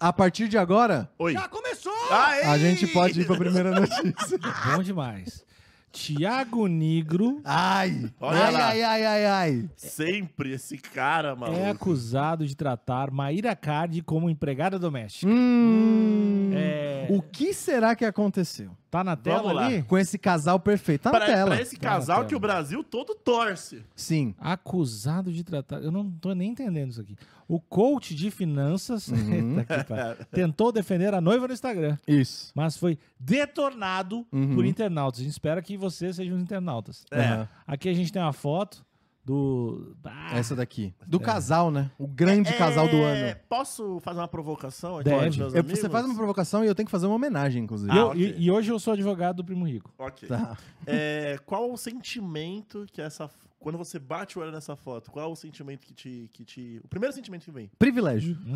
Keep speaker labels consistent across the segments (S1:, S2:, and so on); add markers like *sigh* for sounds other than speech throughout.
S1: A partir de agora,
S2: Oi.
S3: Já começou!
S2: Aê!
S1: a gente pode ir pra primeira
S2: *laughs*
S1: notícia.
S4: É Bom demais. Tiago Negro
S1: Ai!
S2: Olha
S1: ai,
S2: lá.
S1: ai, ai, ai, ai.
S2: Sempre esse cara, maluco.
S4: é acusado de tratar Maíra Cardi como empregada doméstica.
S1: Hum.
S4: É,
S1: O que será que aconteceu?
S4: tá na tela
S2: Vamos lá.
S4: ali?
S1: Com esse casal perfeito. Tá na
S2: Ah. Pra,
S1: tela.
S2: pra esse
S4: Tá na
S2: casal
S4: tela.
S2: que o Brasil todo torce.
S1: Sim.
S4: Acusado de tratar. Eu não tô nem entendendo isso aqui. O coach de finanças
S1: Uhum.
S4: *laughs* Eita, que pariu. tentou defender a noiva no Instagram,
S1: Isso.
S4: mas foi detornado
S1: Uhum.
S4: por internautas. A gente espera que vocês sejam os internautas.
S2: É.
S1: Aham.
S4: Aqui a gente tem uma foto do. Ah,
S1: Essa daqui. Do casal, né? O grande casal do
S2: É,
S1: ano.
S2: Posso fazer uma provocação aqui
S4: Deve.
S2: pros meus
S1: Eu-
S2: amigos?
S1: você faz uma provocação e eu tenho que fazer uma homenagem, inclusive.
S4: E eu-
S2: Ah, ok.
S4: e- e hoje eu sou advogado do Primo Rico.
S2: Ok.
S1: Tá.
S2: É, qual o sentimento que essa. f- Quando você bate o olho nessa foto, qual o sentimento que te, que te. O primeiro sentimento que vem?
S1: Privilégio.
S2: Hum.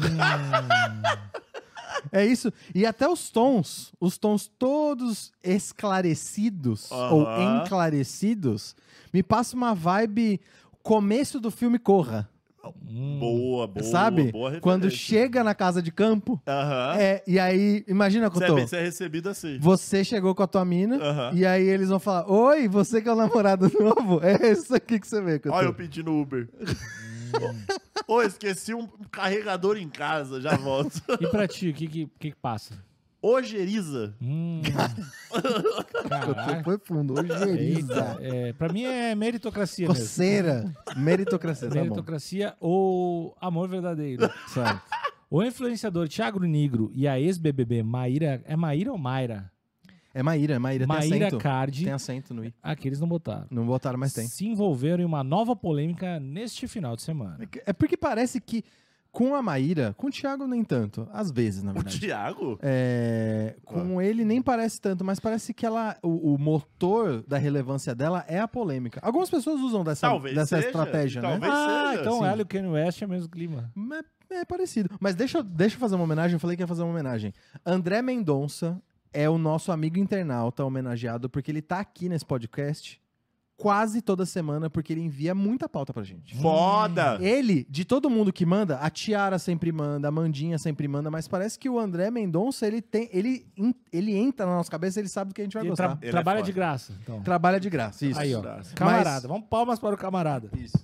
S1: é isso. E até os tons, os tons todos esclarecidos
S2: Aham.
S1: ou enclarecidos, me passa uma vibe começo do filme Corra,
S4: Hum.
S2: Boa, boa.
S1: sabe?
S2: Boa referência.
S1: Quando chega na casa de campo,
S2: Aham.
S1: é, e aí, imagina,
S2: Você é
S1: Cotô,
S2: bem- você é recebido assim.
S1: você chegou com a tua mina,
S2: Aham.
S1: e aí eles vão falar, oi, você que é o namorado *laughs* novo? É isso aqui que você vê, Cotô. Hum.
S2: Olha eu pedindo Uber. *laughs* Ô, esqueci um carregador em casa, já volto.
S4: E pra ti, o que que, o que que passa?
S2: Ojeriza.
S1: *laughs*
S4: Hum,
S1: Cotô
S4: caraca.
S1: foi fundo, ojeriza,
S4: Eita, é, pra mim é meritocracia mesmo.
S1: coceira, meritocracia, tá bom.
S4: Meritocracia ou amor verdadeiro.
S1: *laughs* Certo.
S4: O influenciador Thiago Negro e a ex-BBB Maíra... É Maíra ou Mayra?
S1: É Maíra, é Maíra, tem
S4: Maíra
S1: acento.
S4: Cardi.
S1: Tem acento no i.
S4: Aqui eles não botaram.
S1: Não botaram, mas tem.
S4: Se envolveram em uma nova polêmica neste final de semana.
S1: É porque parece que com a Maíra, com o Thiago nem tanto, às vezes, na
S2: O
S1: verdade.
S2: Thiago? Ah.
S1: É, com ele nem parece tanto, mas parece que ela, o, o motor da relevância dela é a polêmica. Algumas pessoas usam dessa,
S2: Talvez
S1: dessa
S2: seja,
S1: estratégia, né?
S2: talvez
S4: Ah,
S2: seja,
S4: então
S1: sim.
S4: ela e o Kanye West é o mesmo clima.
S1: Mas É parecido. Mas deixa, eu- deixa eu fazer uma homenagem. Eu falei que ia fazer uma homenagem. André Mendonça é o nosso amigo internauta homenageado, porque ele tá aqui nesse podcast quase toda semana, porque ele envia muita pauta pra gente.
S2: Foda!
S1: Ele, de todo mundo que manda, a Tiara sempre manda, a Mandinha sempre manda, mas parece que o André Mendonça, ele tem. Ele, en- ele entra na nossa cabeça, ele sabe do que a gente vai
S4: Ele
S1: gostar.
S4: tra-
S2: Ele é
S4: trabalha
S2: foda.
S4: de graça. Então.
S1: Trabalha de graça, isso.
S4: Aí, ó.
S2: Mas-
S4: Camarada. Vamos palmas para o camarada.
S1: Isso.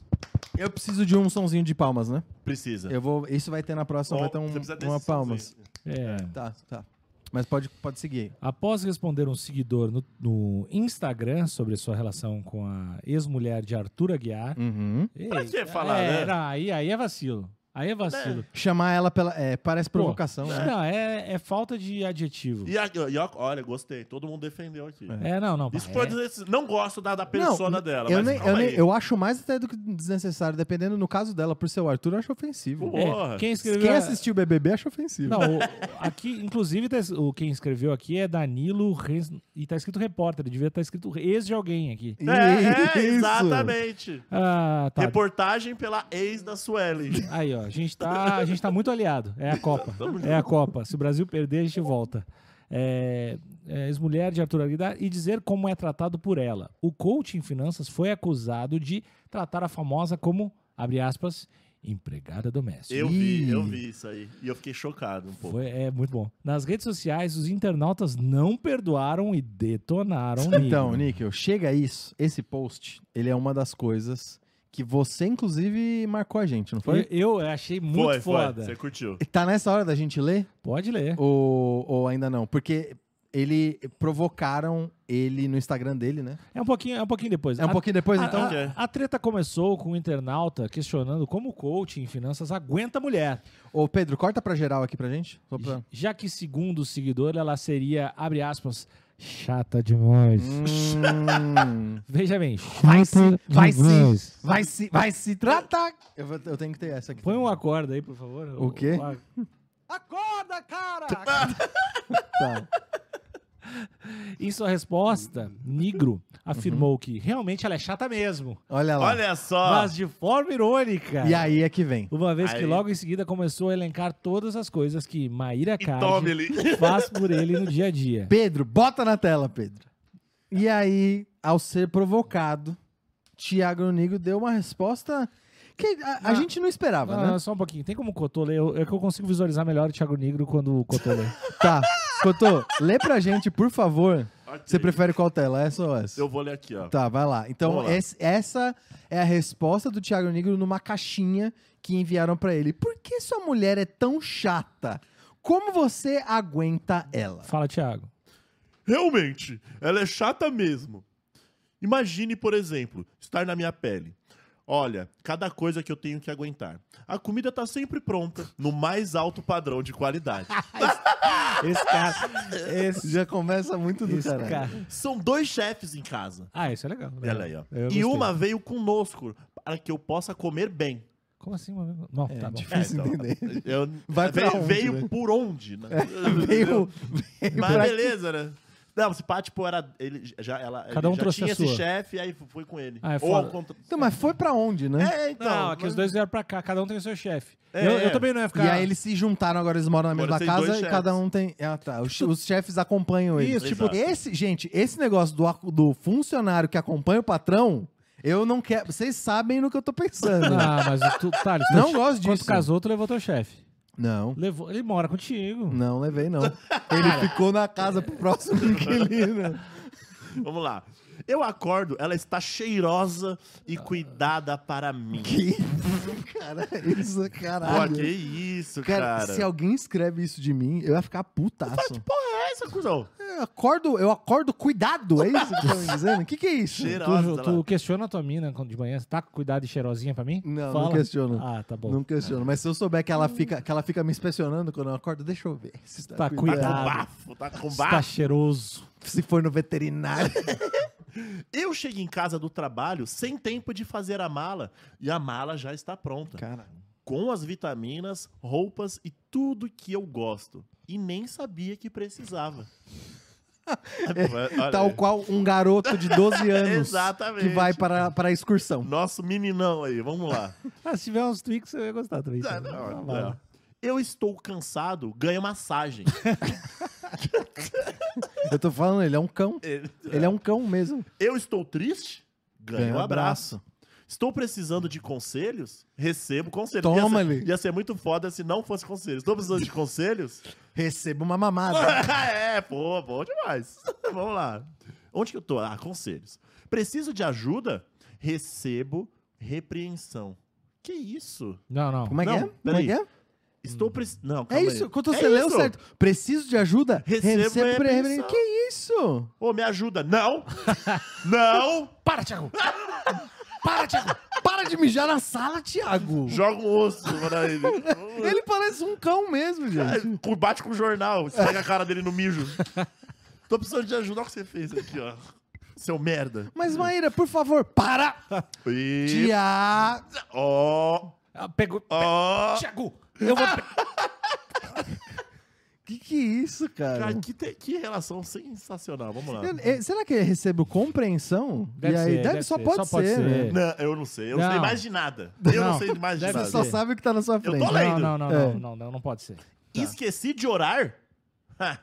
S1: Eu preciso de um sonzinho de palmas, né?
S2: Precisa.
S1: Eu vou. Isso vai ter na próxima,
S2: Ó,
S1: vai ter um-
S2: você precisa desse
S1: uma
S2: sonzinho.
S1: palmas.
S4: É.
S1: Tá, tá. Mas pode, pode seguir.
S4: Após responder um seguidor no, no Instagram sobre sua relação com a ex-mulher de Arthur Aguiar.
S1: Uhum.
S2: Pra
S4: Ei,
S2: que falar,
S4: é,
S2: né?
S4: não, aí, aí é vacilo. Aí é vacilo.
S1: Chamar ela pela. É, parece
S4: Pô,
S1: provocação, né?
S4: Não, é, é falta de adjetivo.
S2: então E, a- e a- olha, gostei. Todo mundo defendeu aqui.
S4: É, não, não.
S2: Isso
S4: é-
S2: foi dizer- assim, Não gosto da, da persona dela.
S1: eu,
S2: mas
S1: nem, eu,
S2: calma
S1: nem-
S2: aí.
S1: eu acho mais até do que desnecessário, dependendo no caso dela, por ser o Arthur, eu acho ofensivo.
S2: Pô,
S4: é,
S2: Porra. tipo
S4: quem escreveu.
S1: Quem
S4: a-
S1: assistiu o BBB acha ofensivo.
S4: Não, o- aqui, inclusive, tá es- o quem escreveu aqui é Danilo Rez- e tá escrito repórter, devia estar escrito ex de alguém aqui.
S2: É, é,
S1: *laughs* Isso.
S2: exatamente.
S4: Ah, tá.
S2: Reportagem pela ex da Suelen.
S4: Aí, ó, a gente, tá, a gente tá muito aliado. É a Copa. É a Copa. Se o Brasil perder, a gente volta. É, é, ex-mulher de Arthur Aguilar e dizer como é tratado por ela. O coach em finanças foi acusado de tratar a famosa como, abre aspas, empregada doméstica.
S2: Eu vi,
S1: Ih.
S2: eu vi isso aí. E eu fiquei chocado um pouco.
S4: Foi- é muito bom. Nas redes sociais, os internautas não perdoaram e detonaram o
S1: Então,
S4: Nigro.
S1: Níquel, chega a isso. Esse post, ele é uma das coisas que você, inclusive, marcou a gente, não foi?
S4: Eu, eu achei muito
S2: foi,
S4: foda.
S2: Você curtiu.
S1: Tá nessa hora da gente ler?
S4: Pode ler.
S1: Ou, ou ainda não? Porque ele provocaram ele no Instagram dele, né?
S4: É um pouquinho, é um pouquinho depois.
S1: É um
S4: A-
S1: pouquinho depois,
S4: a,
S1: então?
S4: a-
S2: quer.
S4: a treta começou com o internauta questionando como o coach em finanças aguenta mulher,
S1: Ô, Pedro, corta pra geral aqui pra gente. Só pra-
S4: já que, segundo o seguidor, ela seria, abre aspas, chata demais.
S1: Hum.
S4: Veja bem,
S1: Vai se,
S4: chata
S1: vai
S4: demais.
S1: se, vai se, vai se tratar. Eu, vou- eu tenho que ter essa aqui.
S4: Põe um acorda aí, por favor.
S1: O quê?
S3: Acorda, cara!
S1: *laughs* Tá.
S4: Em sua resposta,
S1: Uhum.
S4: Nigro afirmou que realmente ela é chata mesmo,
S1: Olha lá.
S2: Olha só.
S4: mas de forma irônica.
S1: Ah. e aí é que vem.
S4: Uma vez
S2: Aí.
S4: que logo em seguida começou a elencar todas as coisas que Maíra
S2: e tome
S4: Cardi
S2: ele.
S4: faz por ele no dia a dia.
S1: Pedro, bota na tela, Pedro. E aí, ao ser provocado, Tiago Nigro deu uma resposta Que a, a gente não esperava,
S4: Ah,
S1: né?
S4: Só um pouquinho. Tem como o Cotô ler? Eu- É que eu consigo visualizar melhor o Thiago Negro quando o Cotô
S2: *laughs*
S4: lê.
S1: Tá. Cotô, lê pra gente, por favor.
S2: *laughs* Ok.
S1: Você prefere qual tela? Essa ou essa?
S2: Eu vou ler aqui, ó.
S1: Tá, vai lá. Então,
S2: Vamos lá.
S1: esse- essa é a resposta do Thiago Negro numa caixinha que enviaram pra ele. Por que sua mulher é tão chata? Como você aguenta ela?
S4: Fala, Thiago.
S2: Realmente, ela é chata mesmo. Imagine, por exemplo, estar na minha pele. Olha, cada coisa que eu tenho que aguentar. A comida tá sempre pronta, no mais alto padrão de
S4: *laughs*
S2: qualidade.
S4: Esse cara. Esse,
S1: Já começa muito do
S4: esse
S1: caralho.
S4: cara.
S2: São dois chefes em casa.
S4: Ah, isso é legal. né?
S2: Olha aí, ó.
S4: Eu
S2: E
S4: gostei.
S2: uma veio conosco para que eu possa comer
S4: *laughs*
S2: bem.
S4: Como assim, mano? Não,
S1: É,
S4: tá bom.
S1: difícil
S2: É, então.
S1: entender.
S2: Eu-
S1: Vai pra
S2: veio,
S1: onde,
S2: veio
S1: né?
S2: por onde? Né?
S4: É,
S1: Veio,
S2: *laughs* Mas beleza, né? Não, se pá, tipo, era, ele já, ela,
S4: Cada
S2: ele
S4: um
S2: já
S4: trouxe
S2: tinha
S4: a
S2: esse
S4: sua.
S2: chefe, aí foi com ele.
S4: Ah, é
S2: Ou ao
S4: foda.
S2: contra...
S1: Então, mas foi pra onde, né?
S2: É, então.
S4: não, é que os dois vieram pra cá, cada um tem o seu chefe.
S2: É,
S4: eu,
S2: é.
S4: eu também não ia ficar.
S1: E aí eles se juntaram, agora eles moram na
S2: Agora
S1: mesma
S2: tem dois
S1: casa e
S2: chefes.
S1: cada um tem. Ah, tá. Os, os chefes acompanham eles.
S4: Isso,
S2: tipo- Exato.
S1: Esse, gente, esse negócio do, ac- do funcionário que acompanha o patrão, eu não quero. Vocês sabem no que eu tô
S2: *laughs*
S1: pensando. né?
S4: Ah, mas tu, tá, eles
S1: Não gosto
S4: Quando
S1: disso.
S4: tu casou, tu levou teu chefe.
S1: Não.
S4: Levou, ele mora contigo.
S1: Não levei, *laughs* não. Ele ficou na casa pro *laughs* próximo né? inquilino.
S2: Vamos lá. Eu acordo, ela está cheirosa e cuidada para mim.
S1: Que. Cara, isso,
S2: Pô,
S1: caralho.
S2: que isso,
S1: Cara,
S2: cara.
S1: se alguém escreve isso de mim, eu ia ficar putaço.
S2: É essa, cuzão.
S1: Eu acordo, eu acordo cuidado, é isso que estão me dizendo? O que, que é isso?
S2: Cheirosa. tá
S4: Tu,
S2: lá.
S4: tu questiona a tua mina quando de manhã? Você tá com cuidado e cheirosinha pra mim?
S1: Não, não
S4: Fala.
S1: questiono.
S4: Ah, tá bom.
S1: Não questiono, mas se eu souber que ela fica, que ela fica me inspecionando quando eu acordo, deixa eu ver. Se
S4: Tá
S2: Tá
S1: cuidado.
S2: com
S4: cuidado.
S2: bafo, tá com
S4: Você tá
S2: bafo.
S4: cheiroso.
S1: Se for no veterinário.
S2: Eu chego em casa do trabalho sem tempo de fazer a mala e a mala já está
S1: *laughs*
S2: pronta.
S1: Cara,
S2: Com as vitaminas, roupas e tudo que eu gosto. E nem sabia que precisava.
S1: *laughs*
S2: *laughs* Olha,
S1: tal qual um garoto de *laughs* 12 anos
S2: Exatamente.
S1: que vai para, para a excursão.
S2: Nosso meninão aí, vamos lá.
S4: Ah, se tiver uns tweaks, eu ia gostar também.
S2: Ah,
S4: Tá
S2: não,
S4: bom.
S2: não. Eu estou cansado, ganho massagem.
S1: Eu tô falando, ele é um cão. *laughs* *laughs* Ele é um cão mesmo.
S2: Eu estou triste, ganho um abraço. Estou precisando de conselhos, recebo conselhos.
S1: Toma,
S2: ia,
S1: Lê.
S2: ser, ia ser muito foda se não fosse conselhos. Estou precisando
S1: *laughs*
S2: de conselhos?
S1: Receba uma mamada.
S2: *laughs* é, pô, bom demais. *laughs* Vamos lá. Onde que eu tô? Ah, conselhos. Preciso de ajuda? Recebo repreensão. Que isso?
S4: Não, não.
S1: *laughs* Como é que
S2: Não,
S1: é? Como é
S2: peraí.
S1: que é?
S2: Estou precisando. Não,
S1: É
S2: calma
S1: isso,
S2: aí.
S1: quando
S2: É
S1: você leu
S2: isso.
S1: certo. Preciso de ajuda?
S2: Recebo repreensão.
S1: reverência. Que isso?
S2: Ô, me
S1: *laughs*
S2: ajuda. Não! não!
S4: Para, Thiago!
S1: Para, Thiago. Para de mijar na sala, Thiago.
S2: Joga um osso pra ele.
S1: *laughs* Ele parece um cão mesmo, gente.
S2: É, Bate com o jornal, pega a cara dele no mijo. Tô precisando de ajuda, olha o que você fez aqui, ó. Seu merda.
S1: Mas, Maíra, por favor, para!
S2: E...
S1: Tiago!
S2: Ó,
S4: Ah, Pegou.
S2: ó.
S4: Thiago! Eu
S2: ah,
S4: vou.
S1: Que que é isso, cara?
S2: Cara, que, te- que relação sensacional, vamos lá.
S1: Eu- eh, será que ele recebeu compreensão?
S4: Deve
S1: e aí,
S4: ser,
S1: deve,
S4: deve
S1: só,
S4: ser,
S1: pode
S4: só pode
S1: ser,
S4: ser.
S1: né?
S2: Não, eu não sei, eu não,
S4: Não.
S2: sei mais de nada. Eu não,
S4: Não,
S2: sei mais de
S4: deve
S2: nada.
S1: Você só
S4: ser.
S1: sabe o que tá na sua
S2: tô
S1: frente.
S2: lendo.
S4: Não, não, não,
S1: É.
S4: não, não, não, não pode ser.
S2: Esqueci de orar? Ha.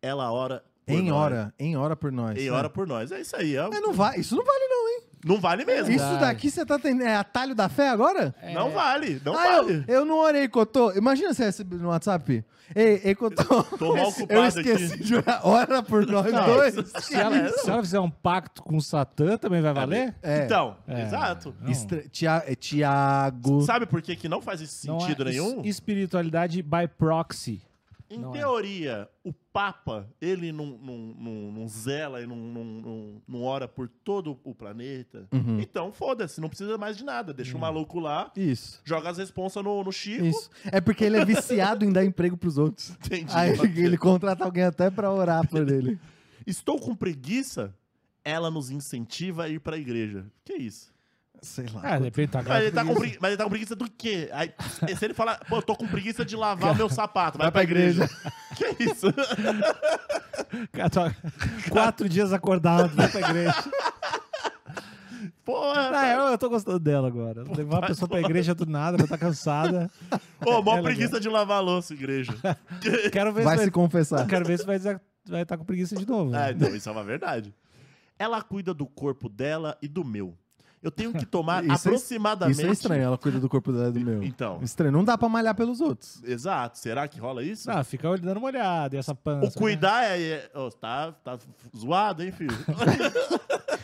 S2: Ela ora por
S1: Em
S2: nós.
S1: hora, em hora por nós.
S2: Em
S1: né?
S2: hora por nós. É isso aí, ó.
S1: É, não vai, isso não vale, não, hein?
S2: Não vale mesmo.
S1: Isso daqui você tá tendo. É atalho da fé agora?
S2: Não vale, não
S1: ah, eu-
S2: vale.
S1: eu, não orei, Cotô. Imagina você recebe no WhatsApp. Ei, ei Cotô.
S2: Tô mal
S1: *laughs* eu
S2: ocupado
S1: esqueci
S2: aqui.
S1: de orar. Ora por nós
S2: Não,
S1: dois.
S2: isso- é
S4: Se ela, se ela fizer um pacto com o Satã, também vai valer?
S1: É.
S2: Então,
S4: É.
S2: exato.
S4: Não.
S1: Estra- Tia- é, Tiago.
S2: Sabe por que, que não faz esse
S4: Não é
S2: sentido
S4: es-
S2: nenhum?
S4: Espiritualidade by proxy.
S2: Em
S4: não é.
S2: teoria, o Papa, ele não, não, não, não zela e não, não, não, não ora por todo o planeta. Então, foda-se, não precisa mais de nada.
S4: Uhum.
S2: Deixa o maluco lá,
S1: Isso.
S2: joga as responsas no, no Chico.
S1: Isso. É porque ele é viciado em dar emprego pros outros.
S2: Entendi.
S1: Aí ele, ele contrata alguém até pra orar por ele.
S2: Estou com preguiça, ela nos incentiva a ir pra igreja. Que isso?
S1: Sei lá.
S4: Ah, de repente tá
S2: Mas ele,
S4: *laughs*
S2: tá com
S4: preguiça.
S2: pregui- mas ele tá com preguiça do quê? Aí, se ele fala, pô, eu tô com preguiça de lavar o meu sapato, vai, pra, igreja. *laughs* Que isso?
S4: Cara, tá- Quatro dias acordado vai pra igreja.
S2: *laughs* Porra,
S4: Ah, eu, eu tô gostando dela agora. Levar uma pessoa pra igreja do nada, ela tá cansada.
S2: Ô, mó
S4: É legal.
S2: preguiça de lavar a louça, igreja.
S4: Quero ver
S1: vai
S4: se
S1: se
S4: vai,
S1: confessar.
S4: quero ver se vai estar com
S1: Né?
S2: É,
S4: preguiça de novo. né?
S2: ah, então, isso é uma verdade. Ela cuida do corpo dela e do meu. eu tenho que
S1: *laughs*
S2: tomar
S1: Isso é-
S2: aproximadamente.
S1: Isso é estranho, ela cuida do corpo dela e do meu.
S2: Então,
S1: Estranho, não dá pra malhar pelos outros.
S2: exato. Será que rola isso?
S4: Ah, fica olhando dando uma olhada e essa pança.
S2: o cuidar é. é- ó, tá, tá zoado, hein,
S1: *laughs*
S2: filho?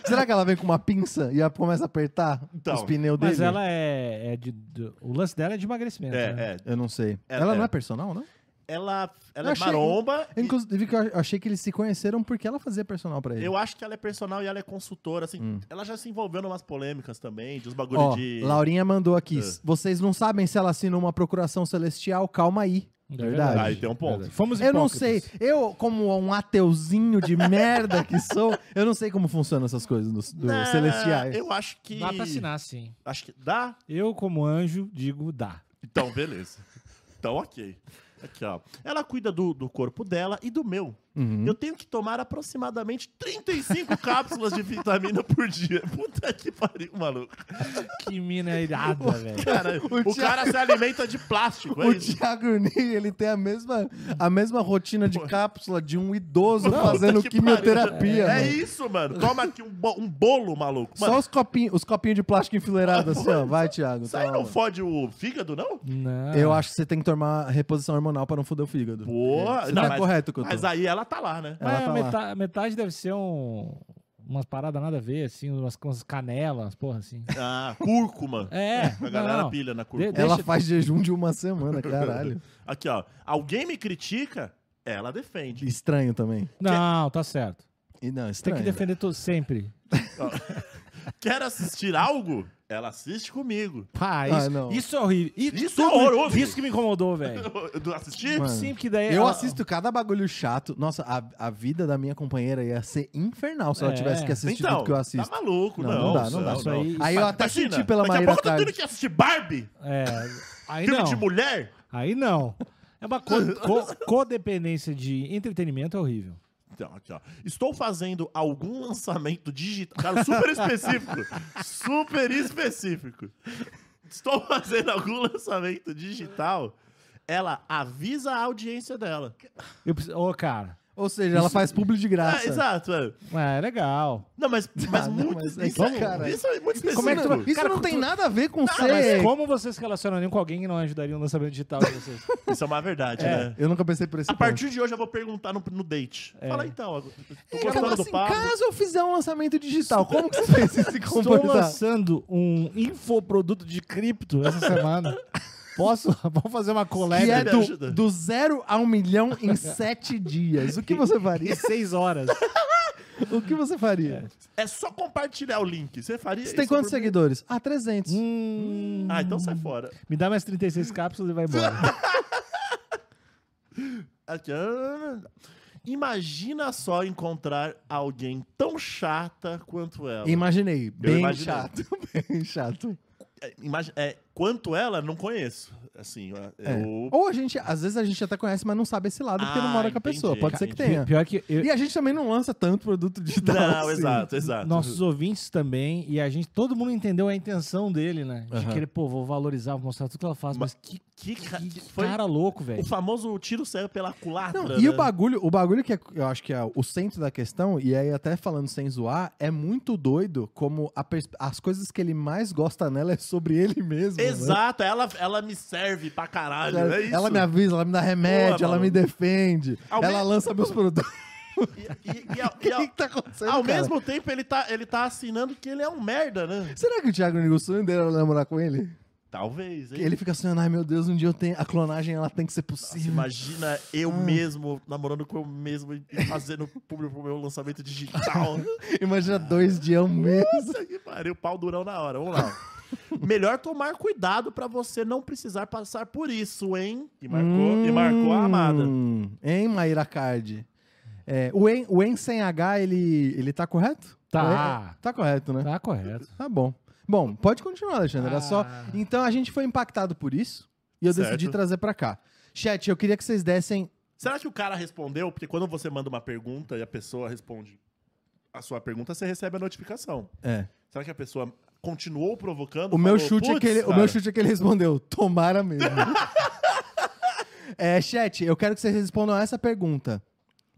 S1: Será que ela vem com uma pinça e ela começa a apertar
S2: Então,
S1: os pneus
S4: né? Mas
S1: dele?
S4: ela é. é de- do- o lance dela é de emagrecimento. né?
S2: é, é.
S1: Eu não sei.
S2: Ela-
S1: Ela, não
S2: é.
S1: é personal, não?
S2: Ela, ela
S1: Eu
S2: é
S1: achei-
S2: maromba. e
S1: Inclusive, que eu eu achei que eles se conheceram porque ela fazia personal pra ele.
S2: Eu acho que ela é personal e ela é consultora, assim.
S1: Hum.
S2: Ela já se envolveu em umas polêmicas também, de uns bagulho
S1: Ó,
S2: de.
S1: Laurinha mandou aqui.
S2: É.
S1: Vocês não sabem se ela assinou uma procuração celestial? Calma aí.
S4: É
S1: Verdade.
S2: Aí tem um ponto.
S4: Verdade. Fomos
S1: Eu não sei.
S4: hipócritas.
S1: Eu, como um ateuzinho de merda que sou, eu não sei como funcionam essas coisas dos do
S2: Nah,
S1: celestiais.
S2: Eu acho que.
S4: Dá pra assinar, sim.
S2: Acho que dá.
S4: Eu, como anjo, digo dá.
S2: Então, beleza. então, ok. Aqui, ó. Ela cuida do, do corpo dela e do meu.
S1: Uhum.
S2: Eu tenho que tomar aproximadamente 35 cápsulas de vitamina por dia. Puta que pariu, maluco.
S4: Que mina irada, velho.
S2: Cara, o,
S1: Thiago-
S2: cara se alimenta de plástico, é
S1: O
S2: isso?
S1: Thiago Ney, ele tem a mesma, a mesma rotina de cápsula de um idoso
S2: Puta
S1: fazendo
S2: que
S1: quimioterapia.
S2: pariu. É,
S1: mano.
S2: isso, mano. Toma aqui um, bo- um bolo, maluco. Mano,
S1: Só os copinhos, os copinhos de plástico enfileirados assim, ó. Vai, Thiago.
S2: isso aí
S1: toma.
S2: não fode o fígado, não?
S4: Não.
S1: Eu acho que você tem que tomar reposição hormonal pra não foder o fígado.
S2: Porra.
S1: Você não, é correto, Couto.
S2: Mas aí ela tá lá, né?
S1: Ela
S4: Mas
S1: tá
S4: a
S1: lá.
S4: meta- metade deve ser um. Umas paradas nada a ver, assim, umas, umas canelas, porra, assim.
S2: Ah, cúrcuma.
S4: É, *laughs*
S2: A galera
S4: não.
S2: pilha na cúrcuma.
S4: De-
S1: Ela
S4: deixa-
S1: faz jejum de uma semana,
S2: *laughs*
S1: caralho.
S2: Aqui, ó. Alguém me critica, ela defende.
S1: Estranho também.
S4: Não, tá certo.
S1: E não,
S4: Tem
S1: estranho.
S4: que defender to- sempre.
S2: Quer assistir algo? Ela assiste comigo.
S4: Pá,
S1: Ah,
S4: isso,
S1: não.
S4: isso é horrível. Isso,
S2: Isso é horroroso.
S4: Isso que me incomodou, *laughs* velho.
S2: Do assistir?
S1: Mano,
S4: Sim, porque daí.
S1: Eu
S4: ela-
S1: assisto cada bagulho chato. Nossa, a, a vida da minha companheira ia ser infernal se ela
S4: É.
S1: tivesse que assistir tudo que eu assisto.
S2: tá maluco, não.
S1: Não, não dá, não dá.
S4: Isso aí-
S1: Aí eu até
S2: Imagina,
S1: senti pela
S2: daqui a
S1: Maíra
S2: pouco eu tô tendo
S1: Card.
S2: que assistir Barbie,
S4: É. Aí
S2: filme
S4: não.
S2: de mulher.
S4: Aí não. É uma co- *laughs* co- codependência de entretenimento é horrível.
S2: Então, aqui, ó. Estou fazendo algum lançamento digital. Cara, super específico.
S1: *laughs*
S2: super específico. Estou fazendo algum lançamento digital. Ela avisa a audiência dela.
S4: Eu preciso. Ô, cara.
S1: Ou seja, ela faz publi de
S2: Ah,
S1: graça.
S2: exato. é.
S4: É legal.
S2: Não,
S1: *laughs*
S2: mas, mas
S1: não,
S2: muito.
S1: mas é
S2: isso,
S1: que, cara,
S2: isso é muito específico.
S1: Como é que tu- isso
S4: Cara,
S1: não tem nada a ver com
S4: Ah, mas
S1: ser...
S4: como vocês se relacionariam com alguém que não ajudaria um lançamento digital de vocês?
S2: Isso é uma verdade, né?
S1: Eu nunca pensei por esse
S2: A
S1: ponto.
S2: partir de hoje eu vou perguntar no, no date. Fala então, eu tô
S1: É,
S2: gostando
S1: fala
S2: do
S1: É. assim,
S2: papo. um
S1: caso eu fizer um lançamento digital, *laughs* como que
S2: *laughs*
S1: você pensa em se
S4: Estou
S1: comportar?
S4: lançando um infoproduto de cripto essa semana.
S1: *laughs*
S4: Posso? *laughs* Vamos fazer uma
S1: Que
S4: coleta
S1: é
S2: Me ajuda.
S1: do, do zero a um milhão em
S2: *laughs*
S1: sete dias. O que você
S4: em
S1: faria?
S4: seis horas.
S1: O que você faria?
S2: É só compartilhar o link. Você faria
S1: Você
S2: isso é
S1: tem quantos
S2: por mim?
S1: seguidores? Ah, 300.
S4: Hum,
S2: Ah, então sai fora.
S4: Me dá mais 36 cápsulas e vai embora.
S2: Aqui, ah, Imagina só encontrar alguém tão chata quanto ela.
S1: Imaginei. Bem
S2: imaginei.
S1: chato. *laughs* Bem chato.
S2: É, imagi- é, quanto ela, não conheço. Assim, eu-
S1: É. *laughs*
S2: eu...
S1: Ou a gente, às vezes a gente até conhece, mas não sabe esse lado porque
S2: Ah,
S1: não mora com a
S2: entendi.
S1: pessoa. *laughs* Pode ser que
S2: Entendi.
S1: tenha.
S4: Pior que eu-
S1: E a gente também não lança tanto produto digital.
S2: Não,
S1: assim.
S2: exato, exato.
S4: nossos ouvintes também, e a gente, todo mundo entendeu a intenção dele, né? De
S1: Aham.
S4: querer, pô, vou valorizar, vou mostrar tudo que ela faz, mas, que,
S2: Que, ca-
S4: que
S2: que foi
S4: cara louco, velho.
S2: o famoso tiro saiu pela culatra.
S1: Não, e
S2: né?
S1: o bagulho, o bagulho que é- eu acho que é o centro da questão, e aí até falando sem zoar, é muito doido como a pers- as coisas que ele mais gosta nela é sobre ele mesmo. né?
S2: Exato, ela, ela me serve pra caralho.
S1: Ela,
S2: é isso.
S1: ela me avisa, ela me dá remédio,
S2: Boa,
S1: ela
S2: maluco.
S1: me defende,
S2: Ao
S1: ela
S2: me-
S1: lança meus
S2: *laughs*
S1: produtos.
S2: E-
S1: *laughs*
S2: e- e ao-
S1: O
S2: e
S1: que,
S2: ao-
S1: que tá acontecendo?
S2: Ao
S1: cara?
S2: mesmo tempo, ele tá, ele tá assinando que ele é um merda, né?
S1: Será que o Thiago Nigro, o sonho dele era namorar com ele?
S2: Talvez, hein?
S1: Ele fica sonhando, ai meu Deus, um dia eu tenho. A clonagem ela tem que ser possível.
S2: Imagina
S1: Ah.
S2: eu mesmo namorando com eu mesmo e fazendo público pro meu lançamento
S1: *laughs*
S2: digital.
S1: *laughs* Imagina dois dias,
S2: Hum.
S1: um mês.
S2: Puta que pariu, pau durão na hora. Vamos lá. Melhor tomar cuidado pra você não precisar passar por isso, hein? E marcou, e marcou a amada.
S1: Hum, Hein, Maíra Card? É, o, en, o en sem H, ele, ele tá correto?
S4: Tá.
S1: É, tá correto, né? Tá.
S4: Tá correto.
S1: bom. Bom, pode continuar, Alexandre. Era só.
S4: Ah.
S1: Então a gente foi impactado por isso e eu
S2: Certo.
S1: decidi trazer pra cá. Chat, eu queria que vocês dessem.
S2: Será que o cara respondeu? Porque quando você manda uma pergunta e a pessoa responde a sua pergunta, você recebe a notificação.
S1: É.
S2: Será que a pessoa continuou provocando?
S1: O meu,
S2: Falou,
S1: chute é que
S2: "Putz,
S1: ele, o
S2: cara,
S1: meu chute é que ele respondeu, tomara mesmo. *laughs* é, chat, eu quero que vocês respondam a essa pergunta.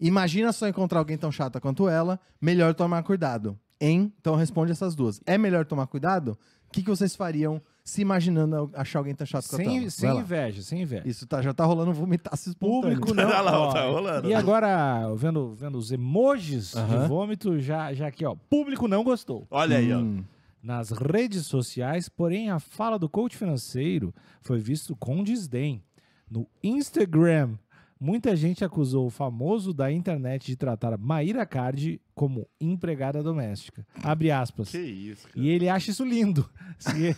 S1: Imagina só encontrar alguém tão chata quanto ela, melhor tomar cuidado. hein? Então responde essas duas. É melhor tomar cuidado? O que, que vocês fariam se imaginando al- achar alguém tá chato com a
S4: Sem,
S1: tela?
S4: sem
S1: Vai lá.
S4: inveja, sem inveja.
S1: Isso tá, já tá rolando vomitácio espontâneo.
S4: Público não.
S2: Tá lá,
S4: ó.
S2: tá rolando.
S4: E agora, vendo, vendo os emojis de
S1: Aham.
S4: vômito, já, já aqui, ó. Público não gostou.
S2: Olha aí, ó.
S1: Hum.
S4: nas redes sociais, porém a fala do coach financeiro foi visto com desdém. No Instagram, muita gente acusou o famoso da internet de tratar Maíra Cardi como empregada doméstica. Abre aspas.
S2: Que isso, cara.
S4: *laughs* E ele acha isso lindo. *laughs* Se, re-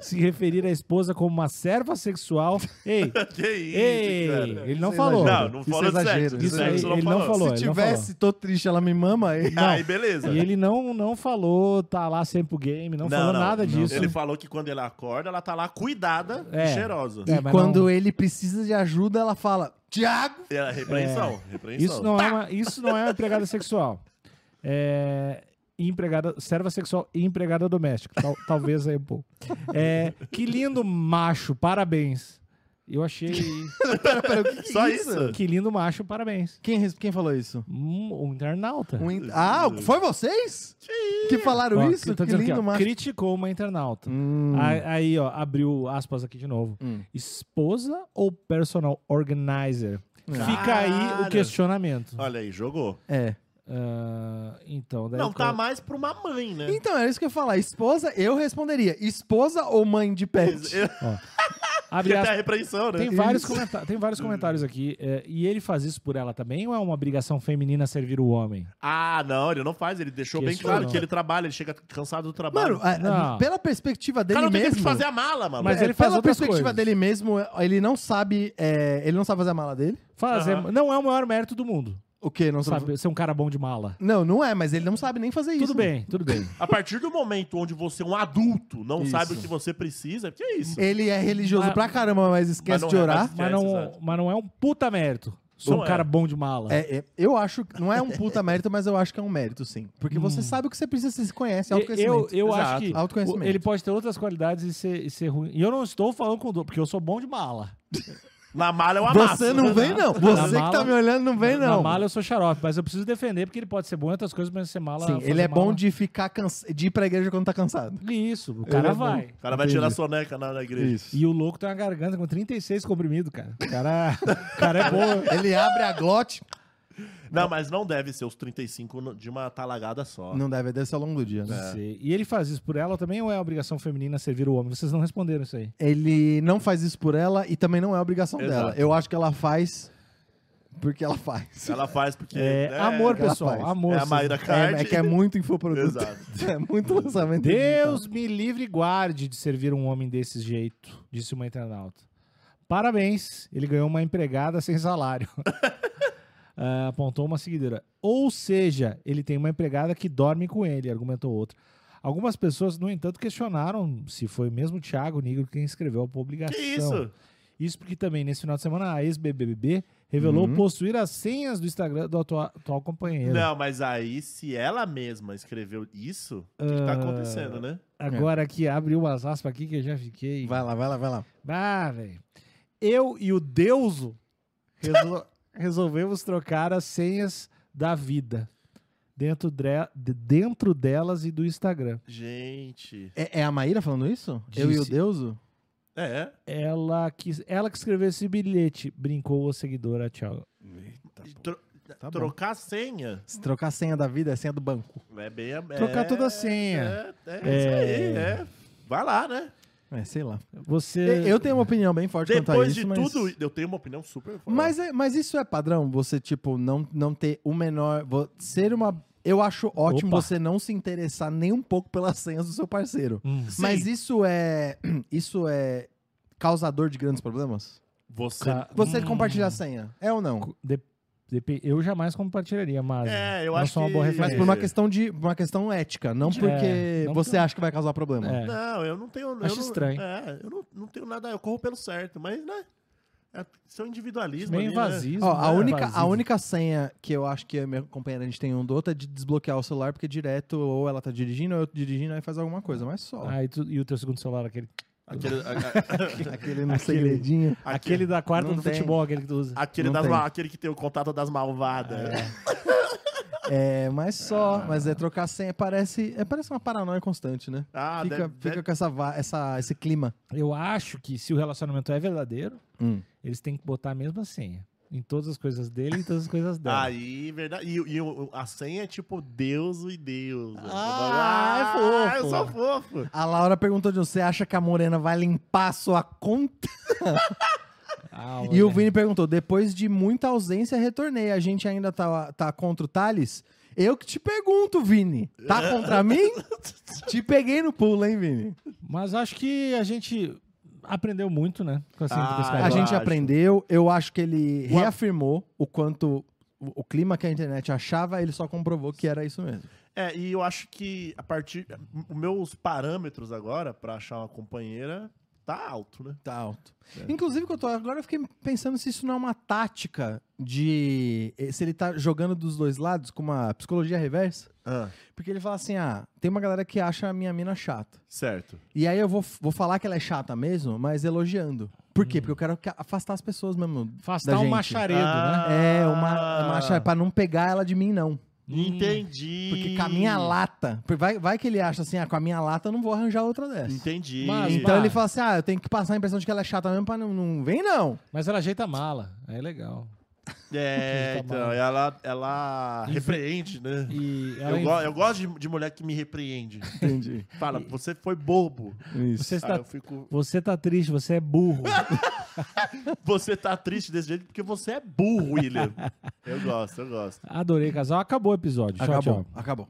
S4: se referir à esposa como uma serva sexual. Ei,
S2: *laughs* Que isso,
S4: ei,
S2: cara.
S4: ele não
S1: Isso é
S4: falou.
S2: Não, não
S1: Isso
S2: falou
S1: é
S2: de sexo.
S1: exagero,
S2: De
S1: isso
S4: aí,
S2: sexo não
S4: ele não
S2: falou.
S4: falou.
S1: Se tivesse, tô triste, ela me mama aí.
S2: Aí, beleza.
S4: E ele não, não falou, tá lá sempre pro game, não, falou nada disso.
S2: Ele falou que quando ele acorda, ela tá lá cuidada
S4: É.
S2: e cheirosa.
S4: É,
S1: e
S4: mas
S1: quando
S4: não-
S1: ele precisa de ajuda, ela fala: Tiago!
S2: Ela, é repreensão, repreensão.
S4: Isso não, é uma, isso não é uma empregada sexual. É, empregada, serva sexual e empregada doméstica. Tal- talvez aí um pouco. É, que lindo macho, parabéns. Eu achei.
S1: é
S2: Só isso?
S4: que lindo macho, parabéns.
S1: Quem, res- quem falou isso?
S4: Hum, um internauta.
S1: Um in- Ah, foi vocês? Que falaram
S4: Ó,
S1: isso?
S4: tá
S1: Que
S4: dizendo aqui,
S1: lindo,
S4: ó,
S1: macho.
S4: Criticou uma internauta.
S1: Hum.
S4: Aí, aí, ó, abriu aspas aqui de novo.
S1: Hum.
S4: Esposa ou personal organizer? Fica aí
S2: Caralho.
S4: o questionamento.
S2: Olha aí, jogou.
S1: É.
S4: Ah, então, daí
S2: Não, tá
S4: qual-
S2: mais pra uma mãe, né?
S1: Então, era isso que eu ia falar. Esposa, eu responderia. Esposa ou mãe de pet?
S4: abre
S2: Porque *laughs*
S4: aspas.
S2: até a repreensão, né?
S4: Tem vários, comenta- tem
S2: Hum.
S4: vários comentários aqui. é, e ele faz isso por ela também ou é uma obrigação feminina servir o homem?
S2: Ah, não, ele não faz. Ele deixou bem
S4: Questionou.
S2: claro que ele trabalha, ele chega cansado do trabalho.
S1: Mano, a-
S4: Não.
S1: pela perspectiva
S2: o
S1: dele
S2: cara não tem
S1: mesmo.
S2: que fazer a mala, mano.
S4: Mas
S1: é,
S4: ele faz
S1: pela
S4: outras
S1: perspectiva
S4: coisas.
S1: dele mesmo, ele não sabe. é, ele não sabe fazer a mala dele.
S4: Fazer,
S2: Aham.
S4: Não é o maior mérito do mundo,
S1: O quê? Não sabe.
S4: sabe? Ser um cara bom de mala.
S1: Não, não é, mas ele não sabe nem fazer isso.
S4: tudo bem,
S2: *laughs*
S4: tudo bem.
S2: A partir do momento onde você, um adulto, não
S1: Isso.
S2: sabe o que você precisa, que é isso?
S1: Ele é religioso
S4: Mas-
S1: pra caramba, mas
S2: mas
S1: esquece
S2: não
S1: de
S2: é-
S1: orar.
S2: mas-
S4: mas,
S2: exato.
S4: não, mas não é um puta mérito. Sou
S2: Não
S4: um
S2: é.
S4: cara bom de mala.
S1: É, é, eu acho que não é um puta mérito, mas eu acho que é um mérito, sim. Porque você sabe o que você precisa, você se conhece, é
S4: Eu- Hum. eu
S1: autoconhecimento.
S4: eu
S2: Exato.
S4: acho que o-
S1: Autoconhecimento.
S4: ele pode ter outras qualidades e ser, e ser ruim. E eu não estou falando com dor, porque eu sou bom de mala.
S2: Na mala é uma massa.
S1: Você não vem, não. Você que
S4: né? mala-
S1: tá me olhando, não vem,
S4: Na
S1: não.
S4: mala eu sou xarope, mas eu preciso defender porque ele pode ser bom em outras coisas, mas ser mala.
S1: Sim,
S4: fazer
S1: ele é bom
S4: "Ah, mala-
S1: de ficar cansa... de ir pra igreja quando tá cansado.
S4: Isso, o
S1: é
S4: cara
S1: bom.
S4: vai.
S2: O cara vai tirar a soneca na, na igreja.
S1: Isso.
S4: E o louco tem uma garganta com 36 comprimidos, cara. O cara, o cara é bom.
S1: *laughs* Ele abre a glote.
S2: Não, mas não deve ser os 35 no- de uma talagada só.
S1: Não deve, deve ser ao longo do dia, né?
S4: Não sei. E ele faz isso por ela também ou é obrigação feminina servir o homem? Vocês não responderam isso aí.
S1: Ele não faz isso por ela e também não é obrigação
S2: Exato.
S1: dela. Eu acho que ela faz porque ela faz.
S2: Ela faz porque.
S4: É,
S2: né,
S4: amor,
S1: que ela
S4: pessoal.
S1: faz.
S4: Amor.
S2: É a
S4: vocês-
S2: Maíra Card.
S1: É, é que é muito infoproduto.
S2: *laughs* Exato.
S1: *laughs* É muito
S2: *laughs*
S1: lançamento. digital.
S2: né?
S4: Deus me livre e guarde de servir um homem desse jeito, disse uma internauta. Parabéns, ele ganhou uma empregada
S2: *laughs*
S4: sem salário. Ah, apontou uma seguidora. Ou seja, ele tem uma empregada que dorme com ele, argumentou outra. Algumas pessoas, no entanto, questionaram se foi mesmo o Thiago Negro quem escreveu a
S2: Que
S4: publicação.
S2: isso?
S4: Isso porque também, nesse final de semana, a ex-BBB revelou
S1: Uhum.
S4: possuir as senhas do Instagram do atua- atual companheiro.
S2: Não, mas aí, se ela mesma escreveu isso, o que, que
S1: Ah.
S2: tá acontecendo, né?
S4: Agora aqui, abre umas aspas aqui que eu já fiquei...
S1: Vai lá, vai lá, vai lá.
S4: Ah, velho. Eu e o Deuso
S1: *laughs*
S4: resol- resolvemos trocar as senhas da vida. Dentro, dre- de- dentro delas e do Instagram.
S2: Gente.
S1: É, é a Maíra falando isso? Eu e o
S4: Disse.
S1: Deuso?
S2: É.
S4: Ela que, ela que escreveu esse bilhete, brincou a seguidora Tchau.
S2: Tro-
S1: bom.
S2: trocar senha
S1: Se trocar a senha da vida, é a senha do banco.
S2: é bem. é-
S4: Trocar toda a senha.
S2: É, é, isso aí, é. Vai lá, né?
S1: É, sei lá.
S4: Você.
S1: Eu tenho uma opinião bem forte quanto a
S2: Depois
S1: isso,
S2: de
S1: mas...
S2: tudo, eu tenho uma opinião super forte.
S1: Mas, é- mas isso é padrão? Você, tipo, não, não ter o menor. vo- Ser uma. Eu acho ótimo
S4: Opa.
S1: você não se interessar nem um pouco pelas *laughs* senhas do seu parceiro.
S4: Hum.
S2: Sim,
S1: Mas isso é. *clears throat* Isso é causador de grandes problemas?
S2: você.
S4: Ca-
S1: Você
S4: Hum.
S1: compartilhar a senha. É ou não?
S4: De- depe- eu jamais compartilharia, mas.
S2: É, eu
S4: não
S2: acho
S4: sou uma
S2: que-
S4: boa
S1: Mas
S4: referência.
S1: por uma questão de. uma questão ética, não
S4: De-
S1: porque
S4: É, não
S1: você
S4: por-
S1: acha que vai causar problema.
S4: É.
S2: Não, eu não tenho. eu
S4: Acho
S2: não-
S4: estranho.
S2: É, eu não, não tenho nada. Eu corro pelo certo, mas, né? É, seu individualismo.
S4: Meio
S2: ali, né?
S4: invasivo.
S1: Ó, a,
S4: né?
S1: única, a
S4: Invasivo.
S1: única senha que eu acho que eu e minha companheira a gente tem um do outro é de desbloquear o celular, porque direto ou ela tá dirigindo, ou eu tô dirigindo, aí faz alguma coisa, mas só. *laughs*
S4: Ah, e, tu- e o teu segundo celular, aquele.
S2: Aquele, a- a-
S1: Aquele no
S4: Aquele-
S1: segredinho.
S4: Aquele da quarta
S1: não
S4: do
S1: tem.
S4: futebol, aquele que tu usa.
S2: aquele
S1: Não
S2: das
S1: tem.
S2: ma- aquele que tem o contato das malvadas.
S1: É, mas só. Mas é trocar senha. Parece, é, parece uma paranoia constante, né?
S2: Ah,
S1: fica
S2: deve-
S1: fica
S2: deve-
S1: com essa, va- essa, esse clima.
S4: Eu acho que se o relacionamento é verdadeiro,
S1: Hum.
S4: eles têm que botar a mesma senha. Em todas as coisas dele e em todas as
S2: *laughs*
S4: coisas dela.
S2: Aí, verdade. E, e o- a senha é tipo Deus e Deus.
S1: Ah, é fofo.
S2: Eu sou fofo.
S1: A Laura perguntou de você acha que a Morena vai limpar a sua conta?
S4: Ah,
S1: E o
S4: olha.
S1: Vini perguntou: depois de muita ausência, retornei. A gente ainda tá, tá contra o Thales? Eu que te pergunto, Vini. Tá contra mim? Te peguei no pulo, hein, Vini?
S4: Mas acho que a gente aprendeu muito, né? Com a
S2: Ah,
S4: com esse
S2: Eu
S1: A
S4: cara.
S1: gente
S2: acho.
S1: aprendeu. Eu acho que ele
S2: O a-
S1: reafirmou o quanto o o clima que a internet achava, ele só comprovou que era isso mesmo.
S2: É, e eu acho que a partir. Os meus parâmetros agora pra achar uma companheira tá alto, né?
S1: Tá alto.
S2: É.
S1: Inclusive, que eu tô agora, eu fiquei pensando se isso não é uma tática de. eh, Se ele tá jogando dos dois lados com uma psicologia reversa. Porque ele fala assim: ah, tem uma galera que acha a minha mina chata.
S2: certo.
S1: E aí eu vou, vou falar que ela é chata mesmo, mas elogiando. Por quê? Porque eu quero que- afastar as pessoas mesmo.
S4: Hum. Afastar
S1: da
S4: um
S1: gente.
S4: macharedo,
S2: Ah.
S1: É, uma, uma chata, pra não pegar ela de mim, não.
S2: Entendi.
S1: Porque com a minha lata. porque Vai, vai que ele acha assim, ah, com a minha lata eu não vou arranjar outra dessa.
S2: Entendi.
S4: Mas-
S1: Então
S4: tá.
S1: ele fala assim: ah, eu tenho que passar a impressão de que ela é chata mesmo pra não. Não vem, não.
S4: né? Mas ela ajeita a mala. É legal.
S2: É,
S4: Tá
S2: então,
S4: mal.
S2: ela, ela
S4: E-
S2: repreende, né?
S4: E ela
S2: Eu, go- eu gosto de, de mulher que me repreende.
S1: Entendi.
S4: *laughs*
S2: Fala, você foi bobo.
S1: Isso.
S4: Você
S2: Aí
S4: está,
S2: Ah, eu fico.
S4: você tá triste, você é burro.
S2: *laughs* Você tá triste desse jeito porque você
S4: *laughs*
S2: é burro, William. Eu gosto, eu gosto.
S4: Adorei, casal. Acabou o episódio. Tchau,
S1: Acabou,
S4: tchau.
S1: acabou.